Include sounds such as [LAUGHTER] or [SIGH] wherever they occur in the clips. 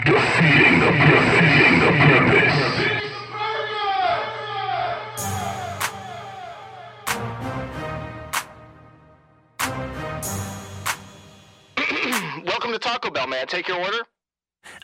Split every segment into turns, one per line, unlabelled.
Defeating the defeating the purpose.
Welcome to Taco Bell, man. Take your order.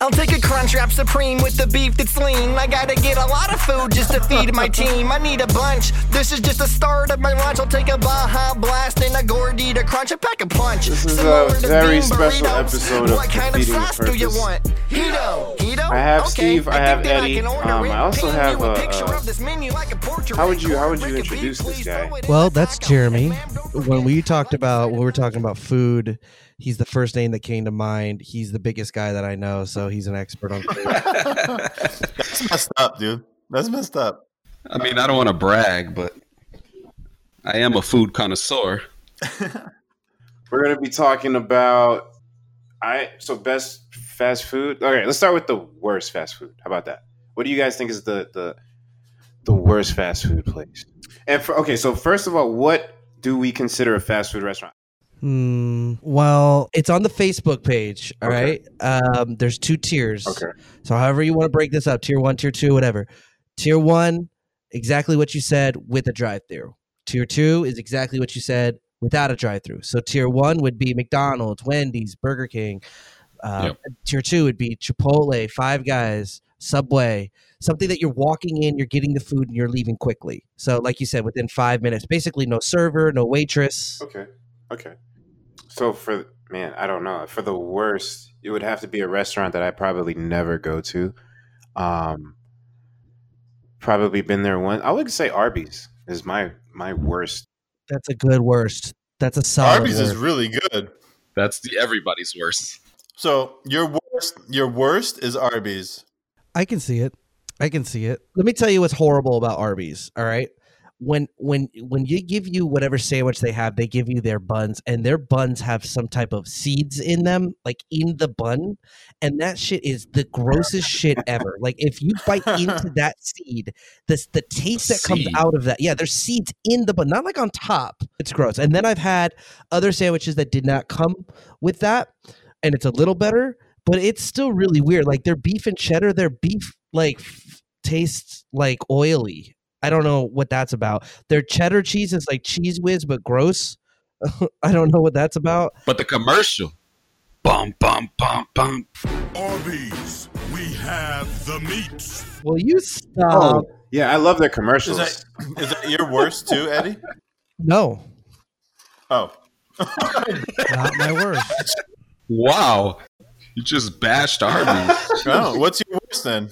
I'll take a Crunchwrap Supreme with the beef that's lean. I gotta get a lot of food just to feed my team. I need a bunch. This is just the start of my lunch. I'll take a Baja Blast and a Gordy to crunch a pack of punch. This
is a very special episode of
What kind of
Defeating the
sauce do you
Purpose.
want? Hito, Hito.
I have
okay.
Steve, I
think
have
that
Eddie.
can order
Um,
it.
I also
Paint
have
you a
a-
picture
a-
of this menu like a portrait.
How would you- how would you
Break a beef,
introduce this
please
guy?
throw it in
Well,
the
that's
taco.
Jeremy.
Ma'am, don't
When
forget,
we talked
lunch is
about
right
when we were
around the
talking about food, he's the first name that came to mind. He's the biggest guy that I know, so he's an expert on food.
That's messed up, dude. That's messed up.
I mean, I don't want to brag, but I am a food connoisseur.
We're gonna be talking about I so best fast food. Okay, let's start with the worst fast food. How about that? What do you guys think is the the the worst fast food place? And for, okay, so first of all, what do we consider a fast food restaurant?
Hmm. Well, it's on the Facebook page. All
Okay.
right. Um, there's two tiers.
Okay.
So, however you want to break this up, tier one, tier two, whatever. Tier one, exactly what you said with a drive-through. Tier two is exactly what you said without a drive-through. So, tier one would be McDonald's, Wendy's, Burger King. Uh, Tier two would be Chipotle, Five Guys, Subway. Something that you're walking in, you're getting the food, and you're leaving quickly. So, like you said, within five minutes, basically no server, no waitress.
Okay. Okay. So for man, I don't know. For the worst, it would have to be a restaurant that I probably never go to. Um probably been there one. I would say Arby's is my my worst.
That's a good worst. That's a solid.
Arby's is
worst.
really good.
That's the everybody's worst.
So your worst, your worst is Arby's.
I can see it. I can see it.
Let me tell you what's horrible about Arby's. All right, when when when you give you whatever sandwich they have, they give you their buns, and their buns have some type of seeds in them, like in the bun, and that shit is the grossest shit ever. Like if you bite
[LAUGHS]
into that seed, this the taste that comes
Seed.
out of that. Yeah, there's seeds in the bun, not like on top. It's gross. And then I've had other sandwiches that did not come with that, and it's a little better, but it's still really weird. Like their beef and cheddar, their beef like f- tastes like oily. I don't know what that's about. Their cheddar cheese is like cheese whiz, but gross. [LAUGHS] I don't know what that's about.
But the commercial. Bum, bum, bum, bum.
Arby's, we have the meat.
Will you stop?
Yeah, I love their
Is
commercials.
that is that your worst too, Eddie?
No,
Oh,
Not my worst.
Wow. You just
[LAUGHS]
bashed Arby's.
no. What's your worst then,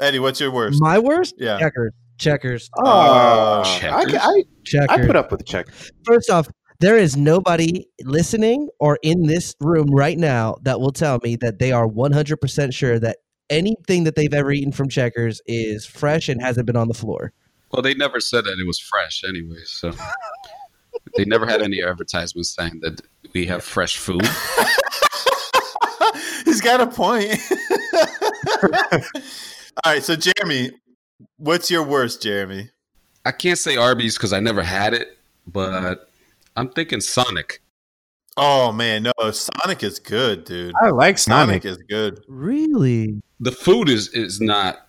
Eddie? What's your worst?
my worst.
Yeah.
Checkers, checkers,
Uh, I,
Checkers?
ca- I,
checkers.
I put up with the check.
First off, there is nobody listening or in this room right now that will tell me that they are 100% sure that anything that they've ever eaten from Checkers is fresh and hasn't been on the floor.
Well, they never said that it was fresh anyway, so they never had any advertisements saying that we have fresh food.
[LAUGHS] He's got a point. All right, so Jeremy, what's your worst, Jeremy?
I can't say Arby's because I never had it, but I'm thinking Sonic.
Oh man, no, Sonic is good, dude.
I like
Sonic
Sonic.
is good.
Really?
The food is is not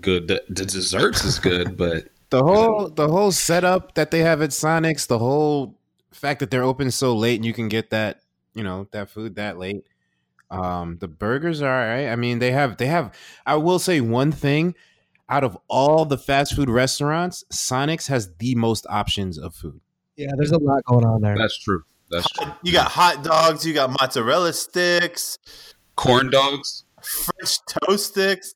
good. The, the desserts is good, but
The whole the whole setup that they have at Sonic's, the whole fact that they're open so late and you can get that you know that food that late. Um, the burgers are all right. I mean, they have they have. I will say one thing: out of all the fast food restaurants, Sonic's has the most options of food.
Yeah, there's a lot going on there.
that's true. That's true.
You got hot dogs, you got mozzarella sticks,
Corn dogs. [LAUGHS]
French toast sticks.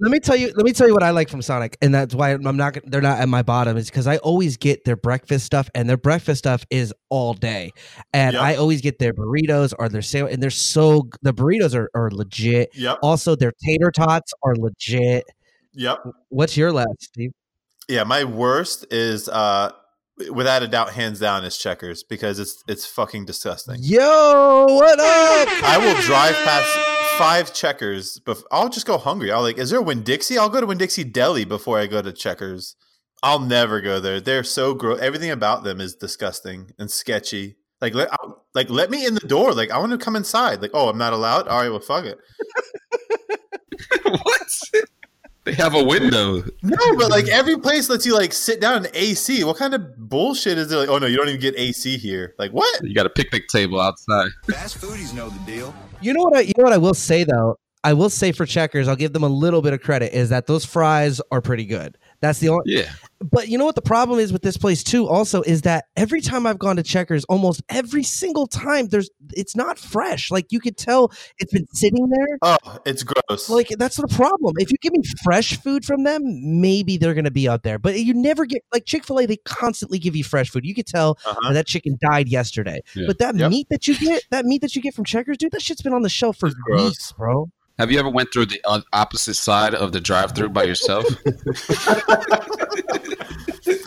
Let me tell you. Let me tell you what I like from Sonic, and that's why I'm not. They're not at my bottom. Is because I always get their breakfast stuff, and their breakfast stuff is all day, and
Yep.
I always get their burritos or their sandwich, and they're so g- the burritos are, are legit.
Yep,
Also, their tater tots are legit.
yep.
What's your last, Steve?
Yeah, my worst is uh without a doubt, hands down, is checkers because it's it's fucking disgusting.
Yo, what up?
I will drive past five checkers, but I'll just go hungry. I'll like, is there a Winn Dixie? I'll go to Winn Dixie Deli before I go to checkers. I'll never go there. They're so gross. Everything about them is disgusting and sketchy. Like, let, I- like let me in the door. Like, I want to come inside. Like, oh, I'm not allowed. All right, well, fuck it.
what? They have a window.
No, but like every place lets you like sit down in AC. What kind of bullshit is it? Like, oh no, you don't even get AC here. Like what?
You got a picnic table outside.
You know what? I, you know what I will say though. I will say for Checkers, I'll give them a little bit of credit. Is that those fries are pretty good? That's the only.
Yeah.
But you know what the problem is with this place too. Also, is that every time I've gone to Checkers, almost every single time, there's it's not fresh. Like you could tell it's been sitting there.
Oh, it's gross.
Like that's the problem. If you give me fresh food from them, maybe they're gonna be out there. But you never get like Chick Fil A. They constantly give you fresh food. You could tell
Uh-huh.
that that chicken died yesterday.
Yeah.
But that
Yep.
meat that you get, that meat that you get from Checkers, dude, that shit's been on the shelf for
It's gross.
weeks, [LAUGHS] bro.
Have you ever went through the o- opposite side of the drive-through by yourself?
[LAUGHS]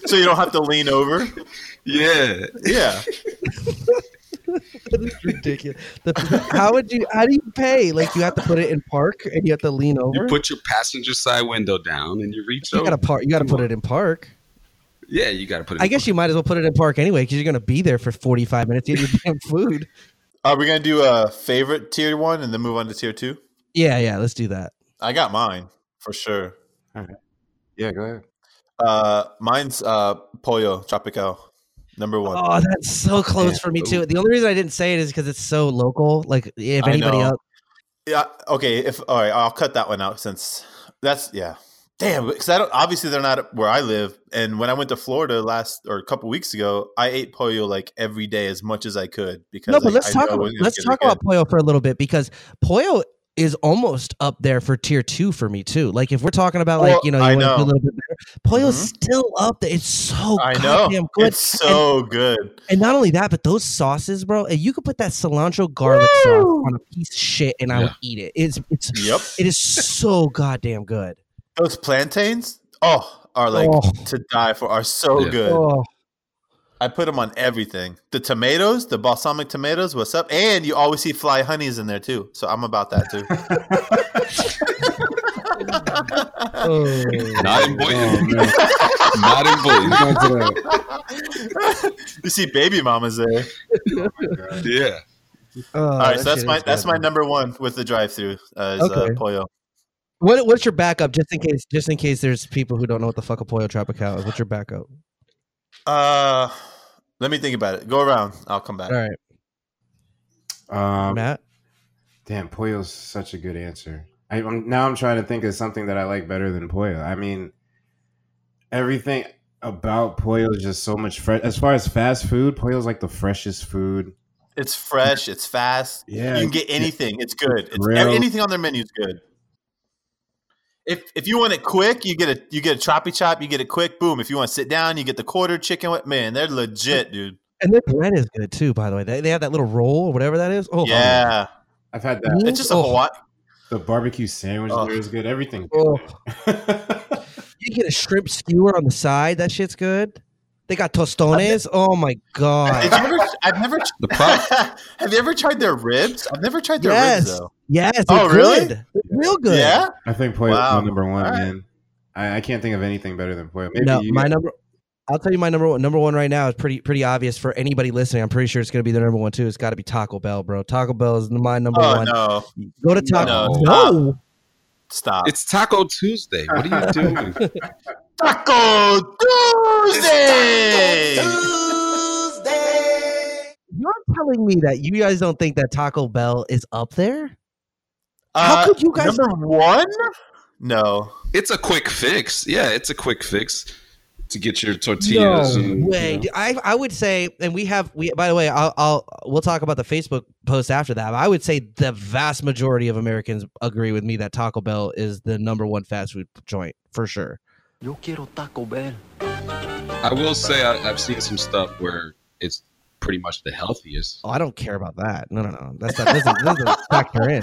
so you don't have to lean
[LAUGHS]
over.
yeah.
Yeah.
That is ridiculous. The- how would you? How do you pay? Like you have to put it in park and you have to lean over.
You put your passenger side window down and you reach
You
over.
gotta park. You gotta put it in park.
yeah, you got to put it.
I guess you might as well put it in park anyway because you're gonna be there for 45 minutes to eat
[LAUGHS]
your damn food.
Are we gonna do a favorite tier one and then move on to tier two?
Yeah, yeah. Let's do that.
I got mine for sure.
Yeah, go ahead.
Uh, mine's uh pollo tropical, number one.
Oh, that's so close
Yeah.
for me too. The only reason I didn't say it is because it's so local. Like if
I
anybody
know.
else,
Yeah. Okay. If all right, I'll cut that one out since that's yeah. Damn, because I don't. Obviously, they're not where I live. And when I went to Florida last or a couple weeks ago, I ate pollo like every day as much as I could because.
no. But
like,
let's
I
talk
know it
about
was gonna
let's
be
talk
good.
about Pollo for a little bit because Pollo is almost up there for tier two for me too. Like if we're talking about
Well,
like you know
I
you want to
know.
do a little bit better, Pollo's
Mhm.
still up there. It's so
I
goddamn
know
good.
it's
[LAUGHS]
so good.
And not only that, but those sauces, bro. and You could put that cilantro garlic sauce on a piece of shit, and I would eat it. It's it's
Yep.
it is so goddamn good.
Those plantains, oh, are like
Oh.
to die for. Are so
Yeah.
good.
Oh,
I put them on everything. The tomatoes, the balsamic tomatoes. What's up? And you always see fly honeys in there too. So I'm about that too. [LAUGHS] [LAUGHS]
oh.
not important. [LAUGHS] not important.
you see baby mamas there.
Yeah.
Oh,
All right, so that's my that's my number one with the drive through uh, is
Okay.
uh, pollo.
What what's your backup just in case just in case there's people who don't know what the fuck a pollo tropical is? What's your backup?
Uh, let me think about it. Go around. I'll come back.
All right,
Um,
Matt.
Damn, pollo's such a good answer. I, I'm, now I'm trying to think of something that I like better than pollo. I mean, everything about pollo is just so much fresh. As far as fast food, pollo's like the freshest food.
It's fresh. It's fast.
Yeah,
you can get anything. It's good. It's, e,
Grilled.
anything on their menu is good. If if you want it quick, you get a you get a choppy chop. You get it quick. Boom. If you want to sit down, you get the quarter chicken. wi- Man, they're legit, dude.
And their bread is good too, by the way. They, they have that little roll or whatever that is. Oh
yeah,
I've had that.
it's just a Hawaii.
The barbecue sandwich
Oh.
there is good. Everything.
Oh.
[LAUGHS] yeah,
You get a shrimp skewer on the side. That shit's good. They got
[LAUGHS]
tostones. Oh my
Did
god.
you ever? I've
[LAUGHS]
never.
The problem.
have you ever tried [LAUGHS] their ribs? I've never tried their
Yes.
ribs though.
Yes. They're
Oh, really?
Good. They're real good.
Yeah.
I think pollo's
Wow.
my number one,
All right.
man. I, I can't think of anything better than pollo. Maybe
no,
you
my number. I'll tell you my number one. Number one right now is pretty pretty obvious for anybody listening. I'm pretty sure it's going to be their number one too. It's got to be Taco Bell, bro. Taco Bell is my number
Oh
one.
no!
Go to Taco.
No.
Stop.
It's Taco Tuesday. What
[LAUGHS]
are you doing?
Taco Tuesday.
You're telling me that you guys don't think that Taco Bell is up there?
Uh,
How could you guys-
number one? No,
it's a quick fix. Yeah, it's a quick fix to get your tortillas. and,
way.
you know.
dude. I I would say, and we have we. By the way, I'll, I'll we'll talk about the Facebook post after that. But I would say the vast majority of Americans agree with me that Taco Bell is the number one fast food joint for sure.
I will say I, I've seen some stuff where it's pretty much the healthiest.
Oh, I don't care about that. No, no, no. That's not. This doesn't, this doesn't factor in.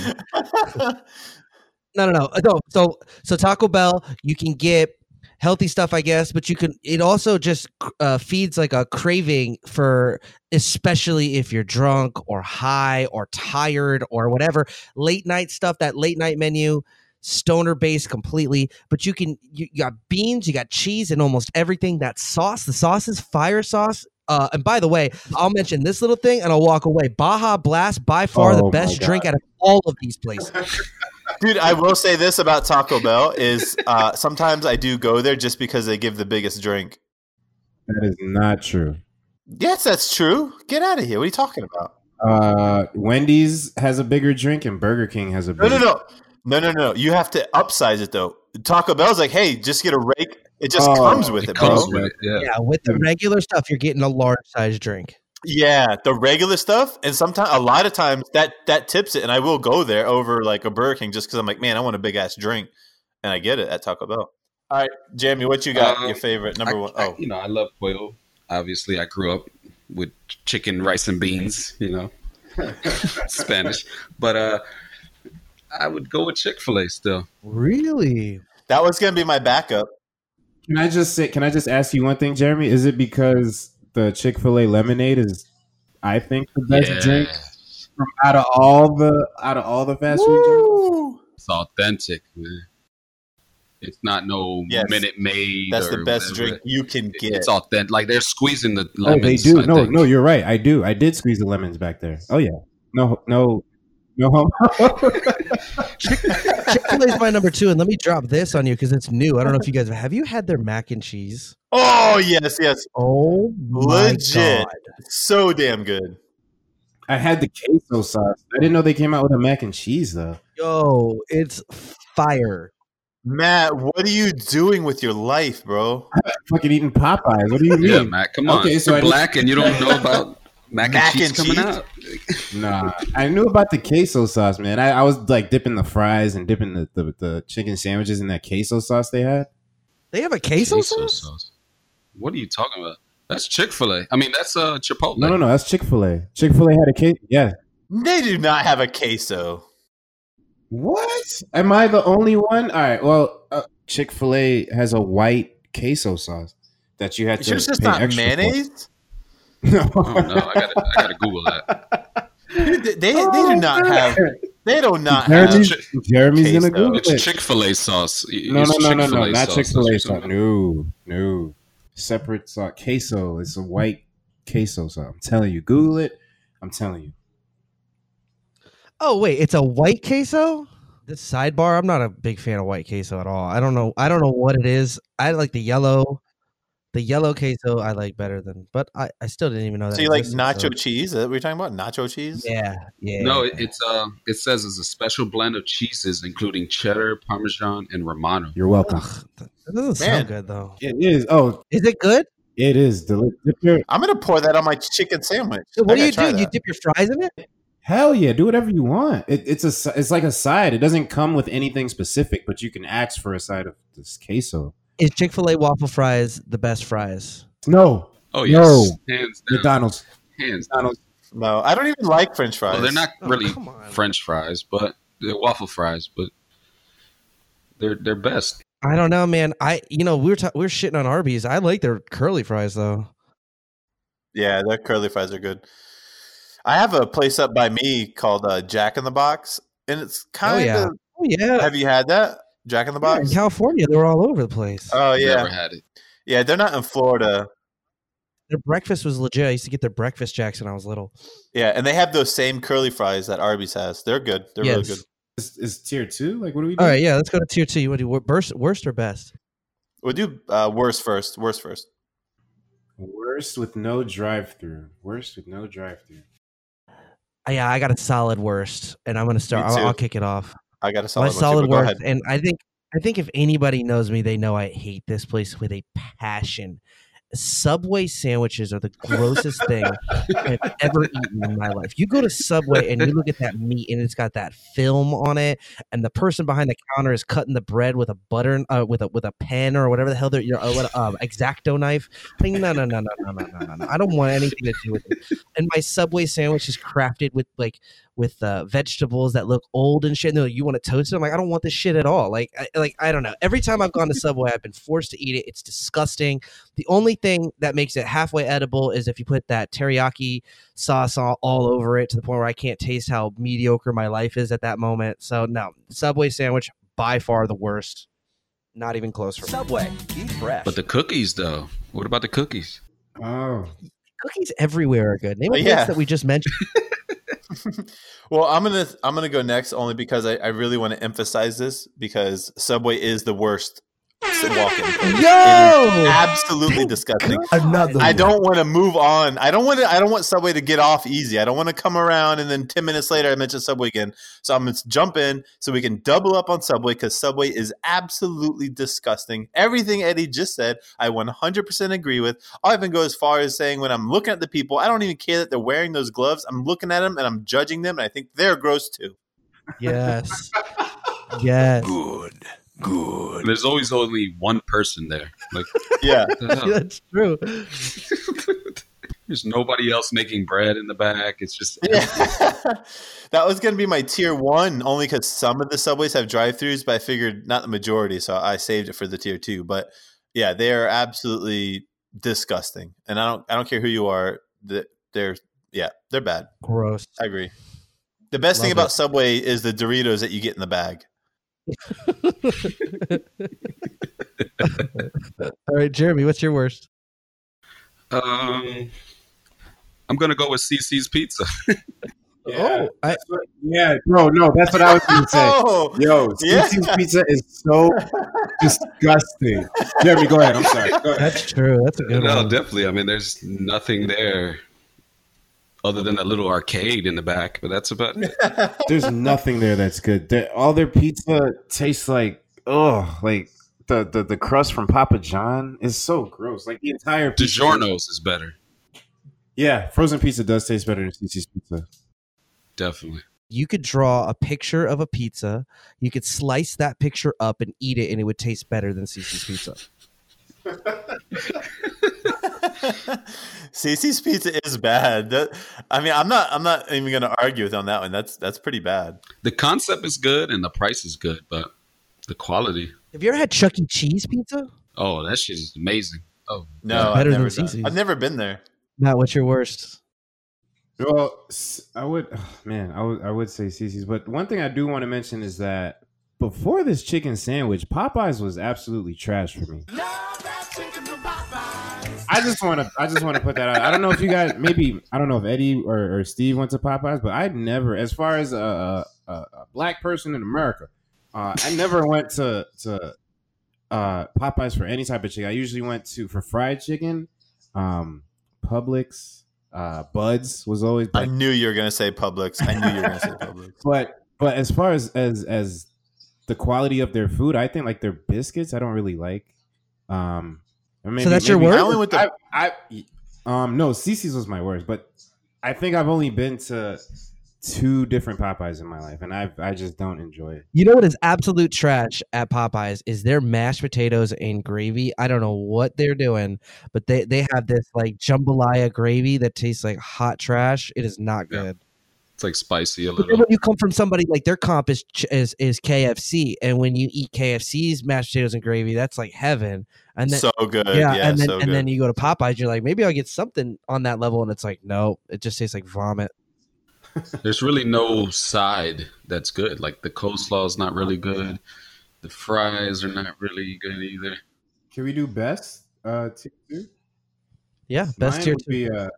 No, no, no, Uh, no. So, so Taco Bell, you can get healthy stuff, I guess, but you can. It also just uh, feeds like a craving for, especially if you're drunk or high or tired or whatever. Late night stuff. That late night menu. Stoner based completely, but you can you, you got beans, you got cheese, and almost everything. That sauce, the sauce is fire sauce. Uh, and by the way, I'll mention this little thing and I'll walk away. Baja Blast, by far
Oh
the
my
best
God.
drink out of all of these places.
Dude, I will say this about Taco Bell is uh, sometimes I do go there just because they give the biggest drink.
That is not true.
Yes, that's true. Get out of here. What are you talking about?
Uh, Wendy's has a bigger drink and Burger King has a
No,
bigger
no, no, no, no, no. You have to upsize it though. Taco Bell's like, hey, just get a rake. It just
Oh,
comes with it,
It
bro.
comes with it. Yeah.
Yeah, with the regular stuff, you're getting a large size drink.
Yeah, the regular stuff, and sometimes a lot of times that that tips it, and I will go there over like a Burger King just because I'm like, man, I want a big ass drink, and I get it at Taco Bell. All right, Jamie, what you got?
Um,
Your favorite
I,
number one?
I-
Oh,
you know, I love pollo. Obviously, I grew up with chicken, rice, and beans. You know, [LAUGHS] Spanish. But uh, I would go with Chick Fil A still.
Really?
that was gonna be my backup.
Can I just say? Can I just ask you one thing, Jeremy? Is it because the Chick Fil A lemonade is, I think, the best
Yeah.
drink out of all the out of all the fast food drinks?
It's authentic, man. It's not no
Yes.
minute made.
That's the
or
best
whatever.
drink you can
It-
get.
It's authentic. Like they're squeezing the
Oh,
lemons.
they do.
I
no,
think.
no, you're right. I do. I did squeeze the lemons back there. Oh yeah. No, no, no. homo. [LAUGHS]
Chick Fil A is my number two, and let me drop this on you because it's new. I don't know if you guys have. you had their mac and cheese?
oh yes, yes,
Oh, my
Legit.
God.
so damn good.
I had the queso sauce. I didn't know they came out with a mac and cheese though.
Yo, it's fire.
Matt, what are you doing with your life, bro?
Fucking eating Popeyes. What do you mean?
Yeah, Mac. Come on.
Okay, so I
you're
didn't-
black and you
[LAUGHS]
don't know about mac and
Mac
cheese
and
coming
cheese?
out.
Nah, I knew about the queso sauce, man. I, I was like dipping the fries and dipping the, the, the chicken sandwiches in that queso sauce they had.
They have a queso,
Queso
sauce?
sauce. What are you talking about? That's Chick Fil A. I mean, that's uh, Chipotle.
No, no, no. That's Chick Fil A. Chick Fil A had a case. Yeah.
They do not have a queso.
What? Am I the only one? All right. Well, uh, Chick Fil A has a white queso sauce that you had to.
Yours just
pay
not
extra for.
mayonnaise.
Oh,
[LAUGHS]
I
No.
don't know. I gotta, I gotta Google
[LAUGHS]
that.
Dude, they they,
Oh,
they do not have. They do not have.
Oh, Jeremy's, Jeremy's gonna
queso.
Google
It's
it.
Chick Fil A sauce. It-
No,
it's
no, no, no, no.
Chick-fil-A
Not
sauce.
Chick Fil A
That's what
sauce.
I'm
No, no. Separate sauce. Queso. It's a white queso sauce. I'm telling you. Google it. I'm telling you.
Oh wait, it's a white queso. This sidebar, I'm not a big fan of white queso at all. I don't know. I don't know what it is. I like the yellow, the yellow queso. I like better than, but I, I still didn't even know that.
So you like
existed,
nacho
so-
cheese? Is that what you're talking about? Nacho cheese?
Yeah, yeah.
No, it- it's uh, it says it's a special blend of cheeses including cheddar, parmesan, and Romano.
You're welcome.
Ugh, that doesn't sound
Man.
good though.
It is. Oh,
Is it good?
it is delicious. Dip your-
I'm gonna pour that on my chicken sandwich.
So
I
what do
gotta
you
try
do? You
that.
dip your fries in it?
Hell yeah, do whatever you want. It, it's a si- it's like a side. It doesn't come with anything specific, but you can ask for a side of this queso.
Is Chick Fil A waffle fries the best fries?
No, No.
Oh yes, hands down.
McDonald's.
Hands.
McDonald's.
No, I don't even like French fries.
Well, they're not
[LAUGHS]
Oh,
really
come on.
French fries, but they're waffle fries, but they're they're best.
I don't know, man. I you know we we're ta- we we're shitting on Arby's. I like their curly fries though.
Yeah, their curly fries are good. I have a place up by me called uh, Jack in the Box, and it's kind
yeah.
of.
Oh yeah,
Have you had that Jack in the
Yeah, in
Box?
California they're all over the place.
Oh yeah,
Never had it.
yeah. They're not in Florida.
Their breakfast was legit. I used to get their breakfast jacks when I was little.
Yeah, and they have those same curly fries that Arby's has. They're good. They're really
Yes.
good.
Is, is tier two? Like, what do we do?
All right, yeah, let's go to tier two. You want to do wor- worst, worst or best?
We'll do uh, worst first. Worst first.
Worst with no drive through. Worst with no drive through.
Uh, Yeah, I got a solid worst, and I'm gonna start. I'll,
too.
I'll kick it off.
I got a solid.
My
one too,
solid
but go
worst,
ahead.
and I think I think if anybody knows me, they know I hate this place with a passion. Subway sandwiches are the grossest thing I've ever eaten in my life. You go to Subway and you look at that meat, and it's got that film on it, and the person behind the counter is cutting the bread with a butter, uh, with a with a pen or whatever the hell they're, you know, uh, what, uh, exacto knife. Like, no, no, no, no, no, no, no, no, no. I don't want anything to do with it. And my Subway sandwich is crafted with like with uh, vegetables that look old and shit. And they're like, you want to toast it? I'm like, I don't want this shit at all. Like, I, like I don't know. Every time I've gone to Subway, I've been forced to eat it. It's disgusting. The only thing that makes it halfway edible is if you put that teriyaki sauce all, all over it to the point where I can't taste how mediocre my life is at that moment. So no, Subway sandwich by far the worst. Not even close for me.
Subway, eat fresh.
But the cookies though. What about the cookies?
Oh,
Cookies everywhere are good. Name a
Oh,
place
yeah.
that we just mentioned.
Well, I'm gonna I'm gonna go next only because I, I really want to emphasize this because Subway is the worst walking.
Yo!
Absolutely disgusting.
Another.
I don't want to move on. I don't want to. I don't want Subway to get off easy. I don't want to come around and then ten minutes later I mention Subway again. So I'm gonna jump in so we can double up on Subway because Subway is absolutely disgusting. Everything Eddie just said, I 100% agree with. I'll even go as far as saying when I'm looking at the people, I don't even care that they're wearing those gloves. I'm looking at them and I'm judging them, and I think they're gross too.
Yes. Yes.
Good. Good.
There's always only one person there. Like, [LAUGHS]
Yeah.
what the hell?
[LAUGHS] That's true.
there's nobody else making bread in the back. It's just
[LAUGHS] that was going to be my tier one, only because some of the subways have drive-throughs, but I figured not the majority, so I saved it for the tier two. But yeah, they are absolutely disgusting, and I don't, I don't care who you are. th- They're, yeah, they're bad.
Gross.
I agree. The best thing
Love
about
it.
Subway is the Doritos that you get in the bag.
All right, Jeremy, what's your worst?
um, I'm gonna go with CC's Pizza.
Oh, I,
Yeah, no, no, that's what I was gonna say.
[LAUGHS] Oh,
Yo,
Yeah.
Cece's pizza is so disgusting. Jeremy, go ahead. I'm sorry. Go ahead.
that's true. That's a good
no,
one.
definitely. I mean, there's nothing there other than a little arcade in the back, but that's about it.
There's nothing there that's good. Their- all their pizza tastes like oh, like the, the the crust from Papa John is so gross. Like the entire pizza.
DiGiorno's is better,
Yeah, frozen pizza does taste better than CC's pizza.
definitely.
You could draw a picture of a pizza. You could slice that picture up and eat it, and it would taste better than Cece's pizza.
CC's pizza is bad. That, I mean, I'm not, I'm not even going to argue with you on that one. That's that's pretty bad.
The concept is good and the price is good, but the quality,
Have you ever had Chuck E. Cheese pizza?
oh, that shit is amazing. Oh,
No,
better than
I've never, done-
CC's.
I've never been there.
Matt, what's your worst?
Well, s- I would oh, man, I would I would say CC's, but one thing I do want to mention is that before this chicken sandwich, Popeyes was absolutely trash for me. I just want to. I just want to put that out. I don't know if you guys, maybe I don't know if Eddie or, or Steve went to Popeyes, but I never, as far as a, a, a black person in America, uh, I never went to to uh, Popeyes for any type of chicken. I usually went to for fried chicken, um, Publix, uh, Buds was always.
I knew you were going to say Publix. I knew you were going to say
[LAUGHS]
Publix.
But but as far as as as the quality of their food, I think like their biscuits, I don't really like. Um, or maybe-
that's your
maybe-
worst?
I only went to-
I, I um no, Cece's was my worst, but I think I've only been to two different Popeyes in my life, and I I just don't enjoy it.
You know what is absolute trash at Popeyes is their mashed potatoes and gravy. I don't know what they're doing, but they they have this like jambalaya gravy that tastes like hot trash. It is not
Yeah.
good.
it's like spicy a
But then
little.
when you come from somebody like their comp is, ch- is is KFC, and when you eat KFC's mashed potatoes and gravy, that's like heaven. And then
so good.
yeah,
Yeah,
and then
so
and
good.
then you go to Popeyes, you're like maybe I'll get something on that level, and it's like no, it just tastes like vomit.
There's really no side that's good. Like the coleslaw is not really good. The fries are not really good either.
Can we do best? Uh, tier two?
Yeah, best
mine
tier
would
two.
Be, uh,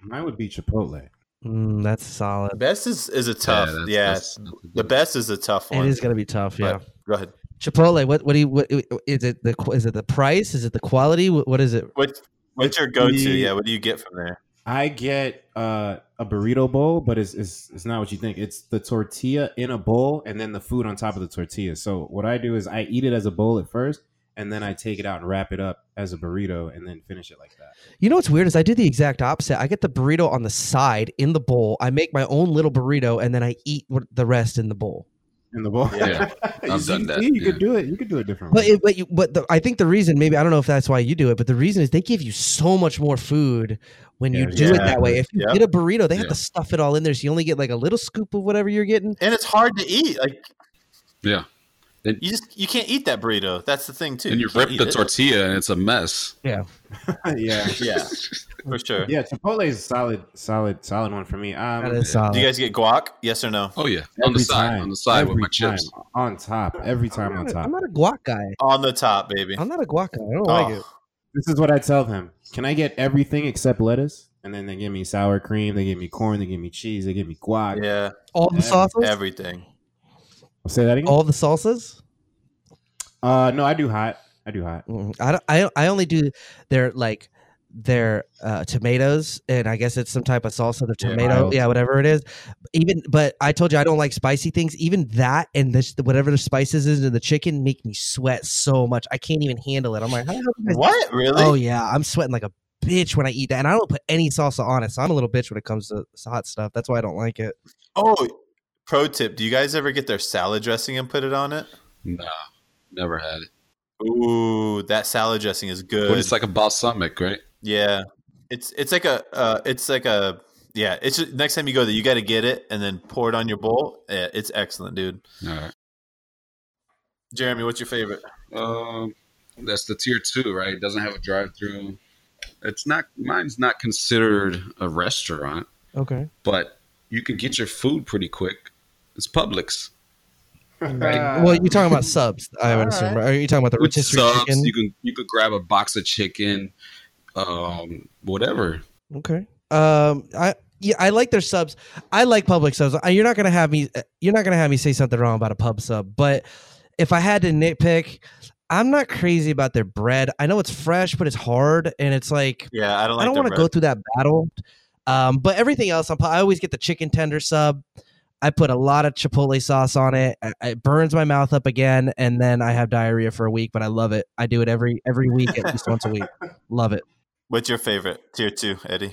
mine would be Chipotle.
Mm, that's solid.
Best is, is a tough.
that's-
yeah,
that's not good.
the best is a tough
It
one.
is gonna be tough. Yeah.
Go ahead.
Chipotle. What? What do you? What, is it the? qu- Is it the price? Is it the quality? What, what is it?
What, what's your go to?
the-
Yeah, what do you get from there?
I get uh, a burrito bowl, but it's, it's it's not what you think. It's the tortilla in a bowl, and then the food on top of the tortilla. So what I do is I eat it as a bowl at first, and then I take it out and wrap it up as a burrito, and then finish it like that.
You know what's weird is I do the exact opposite. I get the burrito on the side in the bowl. I make my own little burrito and then I eat what- the rest in the bowl.
In the bowl, [LAUGHS]
Yeah.
You
I've
see-
done that,
see, You
yeah.
could do it. You could do it different.
But
way.
it, but you, but the, I think the reason maybe I don't know if that's why you do it, but the reason is they give you so much more food when you
Yeah,
do it
yeah.
that way. If you
Yeah.
get a burrito, they have
Yeah.
to stuff it all in there, so you only get like a little scoop of whatever you're getting.
And it's hard to eat. Like
Yeah.
you just you can't eat that burrito. That's the thing too.
And you
can't
rip
eat
the
it.
tortilla and it's a mess.
[LAUGHS] yeah,
[LAUGHS] Yeah, for sure.
yeah. Chipotle is a solid, solid, solid one for me. Um,
That is solid.
Do you guys get guac? Yes or no?
Oh yeah, on the
every
side,
time.
on the side with
Every
my chips.
time. on top every time
I'm,
on
not a,
top.
I'm not a guac guy.
On the top, baby.
I'm not a guac guy. I don't
Oh,
like it.
This is what I tell them. Can I get everything except lettuce? and then they give me sour cream, they give me corn, they give me cheese, they give me guac.
Yeah,
All the sauces?
everything.
Say that again.
All the salsas?
Uh, no, I do hot. I do hot.
Mm, I don't, I don't- I only do their like their uh, tomatoes and I guess it's some type of salsa the
Yeah,
tomato
mild.
yeah, whatever it is even but I told you I don't like spicy things even that and this whatever the spices is in the chicken make me sweat so much I can't even handle it I'm like how the hell do you guys-
What really?
oh yeah I'm sweating like a bitch when I eat that and I don't put any salsa on it so I'm a little bitch when it comes to s- hot stuff that's why I don't like it
Oh, pro tip: Do you guys ever get their salad dressing and put it on it?
Nah, never had it.
Ooh, that salad dressing is good.
But it's like a balsamic, right?
yeah, it's it's like a uh, it's like a yeah. It's just, next time you go there, you got to get it and then pour it on your bowl. Yeah, it's excellent, dude.
All right.
Jeremy, what's your favorite?
Um, that's the tier two, right? It doesn't have a drive-through. It's not. Mine's not considered a restaurant,
okay
but you can get your food pretty quick. It's Publix.
well you're talking about subs I would assume right? are you talking about the
With
rotisserie
subs,
chicken
you can you could grab a box of chicken, um, whatever.
Okay. Um, I yeah, I like their subs. I like public subs. I, you're not gonna have me. You're not gonna have me say something wrong about a pub sub. But if I had to nitpick, I'm not crazy about their bread. I know it's fresh, but it's hard, and it's like
Yeah, I don't
I
like.
don't want to go through that battle. Um, but everything else, I'm, I always get the chicken tender sub. I put a lot of chipotle sauce on it. I- It burns my mouth up again, and then I have diarrhea for a week. But I love it. I do it every every week, at least once a
[LAUGHS]
week. Love it.
What's your favorite tier two, Eddie?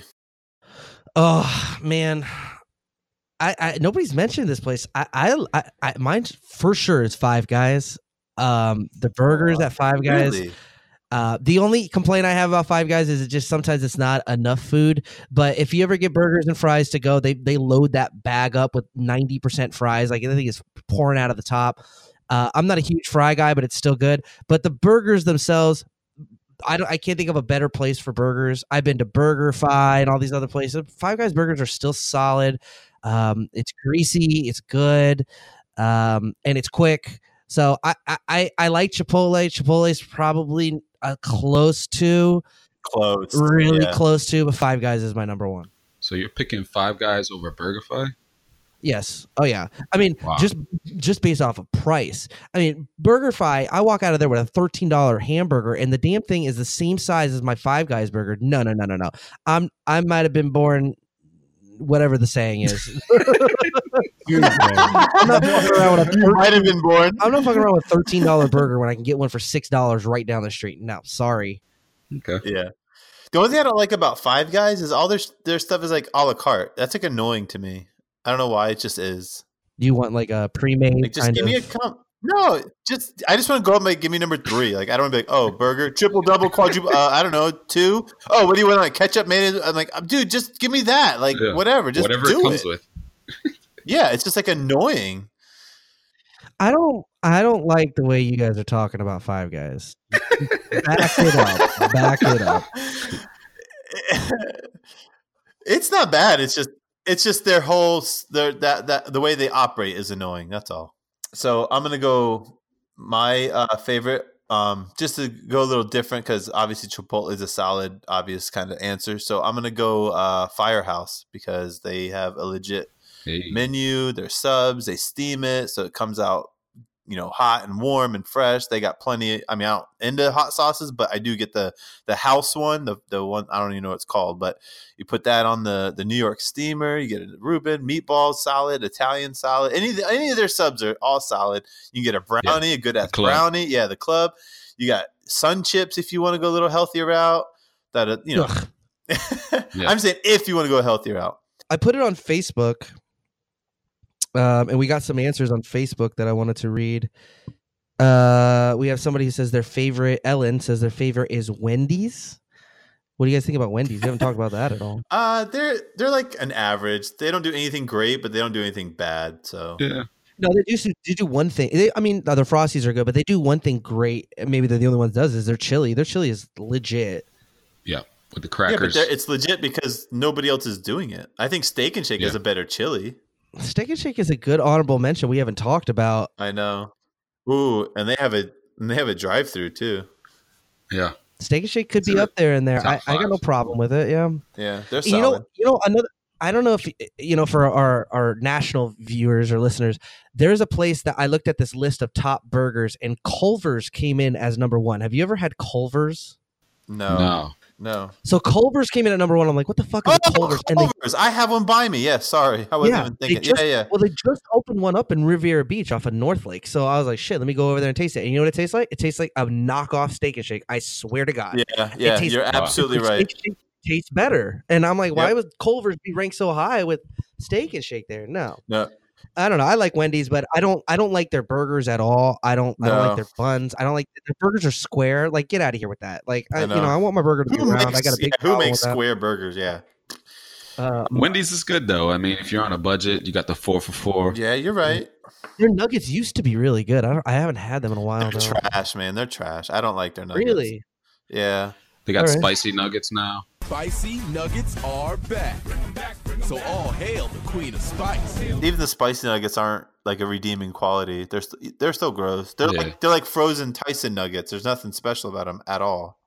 Oh man, I, I nobody's mentioned this place. I, I, I, I mine for sure is Five Guys. Um, the burgers at Five Guys.
Really?
Uh, the only complaint I have about Five Guys is it just sometimes it's not enough food. But if you ever get burgers and fries to go, they they load that bag up with ninety percent fries. Like everything is pouring out of the top. Uh, I'm not a huge fry guy, but it's still good. But the burgers themselves, I don't. I can't think of a better place for burgers. I've been to BurgerFi and all these other places. Five Guys burgers are still solid. Um, it's greasy. It's good. Um, and it's quick. So I, I- I I like Chipotle. Chipotle's probably uh, close to,
Close.
really
Yeah.
close to, but Five Guys is my number one.
So you're picking Five Guys over BurgerFi?
Yes. Oh yeah. I mean,
Wow.
just just based off of price. I mean, BurgerFi. I walk out of there with a thirteen dollar hamburger, and the damn thing is the same size as my Five Guys burger. No, no, no, no, no. I'm I might have been born. Whatever the saying
[LAUGHS]
is,
Dude, man.
I'm not fucking around with a
[LAUGHS] You might have been born.
I'm not fucking around with thirteen dollar burger when I can get one for six dollars right down the street. No, sorry.
Okay.
Yeah. The only thing I don't like about Five Guys is all their their stuff is like a la carte. That's like annoying to me. I don't know why. It just is.
You want like a pre-made?
Like, just
kind
give me a
of-
comp. No, just I just want to go up and like, give me number three. Like I don't want to be like, oh, burger, triple, double, quadruple. Uh, I don't know, two. Oh, what do you want? Like ketchup, mayonnaise. I'm like, dude, just give me that. Like
Yeah.
whatever, just
whatever
do
it comes
it.
with.
Yeah, it's just like annoying.
I don't I don't like the way you guys are talking about Five Guys. Back it up. Back it [LAUGHS] up.
[LAUGHS] it's not bad. It's just it's just their whole s- their that that the way they operate is annoying. That's all. So I'm gonna go my uh, favorite. Um, just to go a little different because obviously Chipotle is a solid, obvious kind of answer. So I'm gonna go uh, Firehouse because they have a legit
Hey.
menu, their subs, they steam it so it comes out, you know, hot and warm and fresh. They got plenty. I mean, I don't into hot sauces, but I do get the the house one, the the one I don't even know what it's called, but you put that on the the New York steamer. You get a Reuben meatball salad, Italian salad. Any any of their subs are all solid. You can get a brownie, a good ass
club.
brownie. Yeah, the club. You got sun chips if you want to go a little healthier route. That uh, you know, [LAUGHS]
Ugh.
Yeah.
I'm saying if you want to go a healthier route.
I put it on Facebook. Um, and we got some answers on Facebook that I wanted to read. Uh, we have somebody who says their favorite Ellen says their favorite is Wendy's. What do you guys think about Wendy's? We haven't talked about that at all.
Uh, they're they're like an average. They don't do anything great, but they don't do anything bad. So
Yeah.
No, they do. s- They do one thing. They, I mean, uh, their frosties are good, but they do one thing great. and Maybe they're the only ones that does is their chili. Their chili is legit.
Yeah.
yeah,
With the
but
crackers.
they're- it's legit because nobody else is doing it. I think Steak and Shake is
Yeah.
a better chili.
Steak and Shake is a good honorable mention we haven't talked about.
I know. Ooh, and they have a and they have a drive through too.
yeah.
Steak and Shake could be
Sure.
up there in there. I,
Top
I got no
five.
problem with it. Yeah.
Yeah, they're
you
solid.
know, you know, another. I don't know if you know for our our national viewers or listeners, there's a place that I looked at this list of top burgers, and Culver's came in as number one. Have you ever had Culver's?
no, no,
No.
So Culver's came in at number one. I'm like, what the fuck is
Oh,
a Culver's? And they,
Culver's. I have one by me. Yeah, sorry, I wasn't
Yeah,
even
they
thinking.
just-
yeah, yeah.
well, they just opened one up in Riviera Beach off of North Lake. So I was like, shit, let me go over there and taste it. And you know what it tastes like? It tastes like a knockoff Steak and Shake. I swear to God.
Yeah, yeah,
tastes-
you're
Wow.
absolutely
But
right.
Steak and Shake tastes better. And I'm like, why
Yep.
would Culver's be ranked so high with Steak and Shake there? No.
No.
I don't know. I like Wendy's, but I don't. I don't like their burgers at all. I don't. I don't
No.
like their buns. I don't like their burgers are square. Like, get out of here with that. Like, I,
I
you
know.
know, I want my burger to be
Who
round.
makes,
I got a
yeah,
big.
who
problem
makes
with that.
square burgers? Yeah,
Uh,
Wendy's is good though. I mean, if you're on a budget, you got the four for four.
yeah, you're right.
their nuggets used to be really good. I, don't, I haven't had them in a while.
They're
though.
trash, man. They're trash. I don't like their nuggets.
Really?
Yeah.
They got
All right.
spicy nuggets now.
Spicy nuggets are back. So all hail the queen of spice.
Even the spicy nuggets aren't like a redeeming quality. They're st- they're still gross. They're
Yeah.
like they're like frozen Tyson nuggets. There's nothing special about them at all.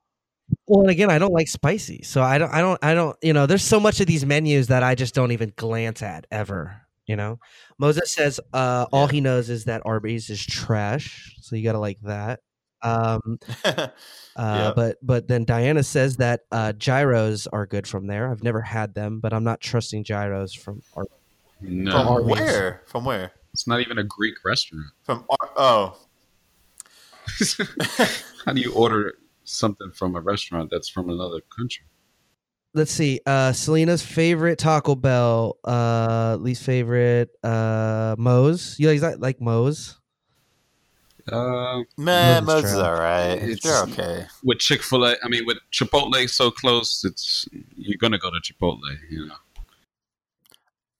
[LAUGHS]
Well, and again, I don't like spicy, so I don't, I don't, I don't. You know, there's so much of these menus that I just don't even glance at ever. You know, Moses says uh, all he knows is that Arby's is trash, so you got to like that. Um, uh,
Yeah.
But but then Diana says that uh, gyros are good from there. I've never had them, but I'm not trusting gyros from Arby's.
From
No,
Arby's.
where? From where?
it's not even a Greek
[LAUGHS]
restaurant. [LAUGHS]
From Ar- oh
How do you order something from a restaurant that's from another country?
Let's see. Uh, Selena's favorite Taco Bell, uh, least favorite uh, Moe's. You guys like, like Moe's?
Uh,
man,
Mo's is
Mo's is
trash.
all right.
It's-
They're okay.
with Chick Fil A, I mean, with Chipotle so close, it's you're gonna go to Chipotle. You know,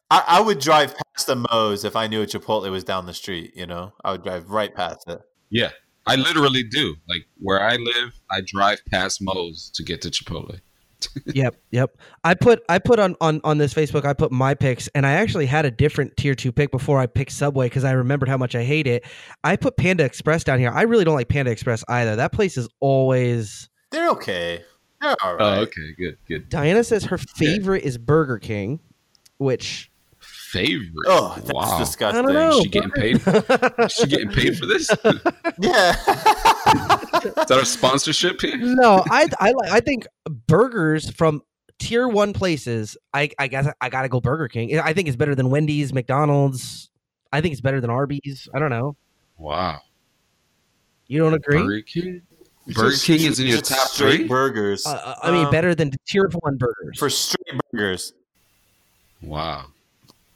I, I would drive past the Mo's if I knew a Chipotle was down the street. You know, I would drive right past it.
yeah, I literally do. Like where I live, I drive past Mo's to get to Chipotle.
yep yep i put i put on, on on this facebook i put my picks and i actually had a different tier two pick before i picked subway because i remembered how much i hate it i put panda express down here i really don't like panda express either that place is always
They're okay. They're all right.
Oh, okay, good, good.
diana says her favorite is burger king which
Favorite?
Oh, that's
wow.
i
disgusting.
don't know
She getting paid? She getting paid for this? Is
[LAUGHS] Yeah.
that a sponsorship
[LAUGHS]
here?
no i i like i think burgers from tier one places i i guess i gotta go burger king i think it's better than wendy's mcdonald's i think it's better than arby's i don't know
Wow,
you don't agree
Burger King. Burger King is in your
Just
top
straight
three.
burgers.
Uh, I mean,
Um,
better than tier one burgers.
for straight burgers.
Wow,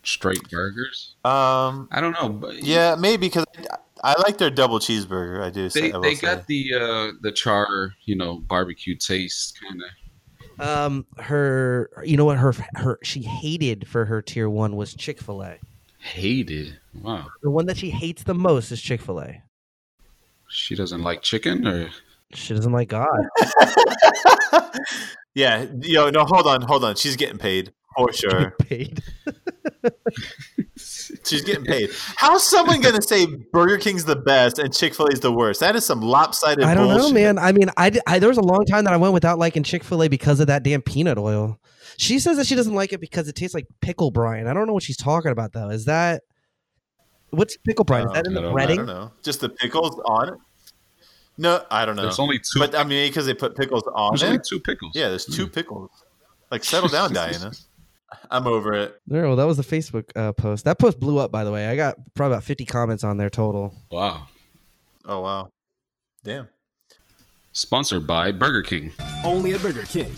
straight burgers.
Um,
I don't know, but
yeah, maybe because I, I like their double cheeseburger. I do.
they
say, I will
they
say.
got the uh the char you know barbecue taste kind of
um, her, you know what? Her, her, she hated for her tier one was Chick Fil A.
hated. Wow,
The one that she hates the most is Chick Fil A.
she doesn't like chicken or
She doesn't like God.
yeah. Yo, no, hold on, hold on. She's getting paid for
[LAUGHS]
sure.
Paid.
She's getting paid. How's someone gonna say Burger King's the best and Chick Fil A's the worst? That is some lopsided.
I don't know,
bullshit.
man. I mean, I, di- I there was a long time that I went without liking Chick Fil A because of that damn peanut oil. She says that she doesn't like it because it tastes like pickle brine. I don't know what she's talking about though. Is that what's pickle brine?
Oh,
Is that in
I
the
don't know.
I
breading?
don't know. Just the pickles on it. No, I don't know.
there's only two.
but I mean, because they put pickles on
there's
it.
only two Mm. pickles.
Yeah, there's two pickles. Like, settle
[LAUGHS]
down, Diana. I'm over it.
There, well, that was the Facebook uh, post. That post blew up, by the way. I got probably about 50 comments on there total.
Wow.
Oh wow, damn.
Sponsored by Burger King.
Only at Burger King.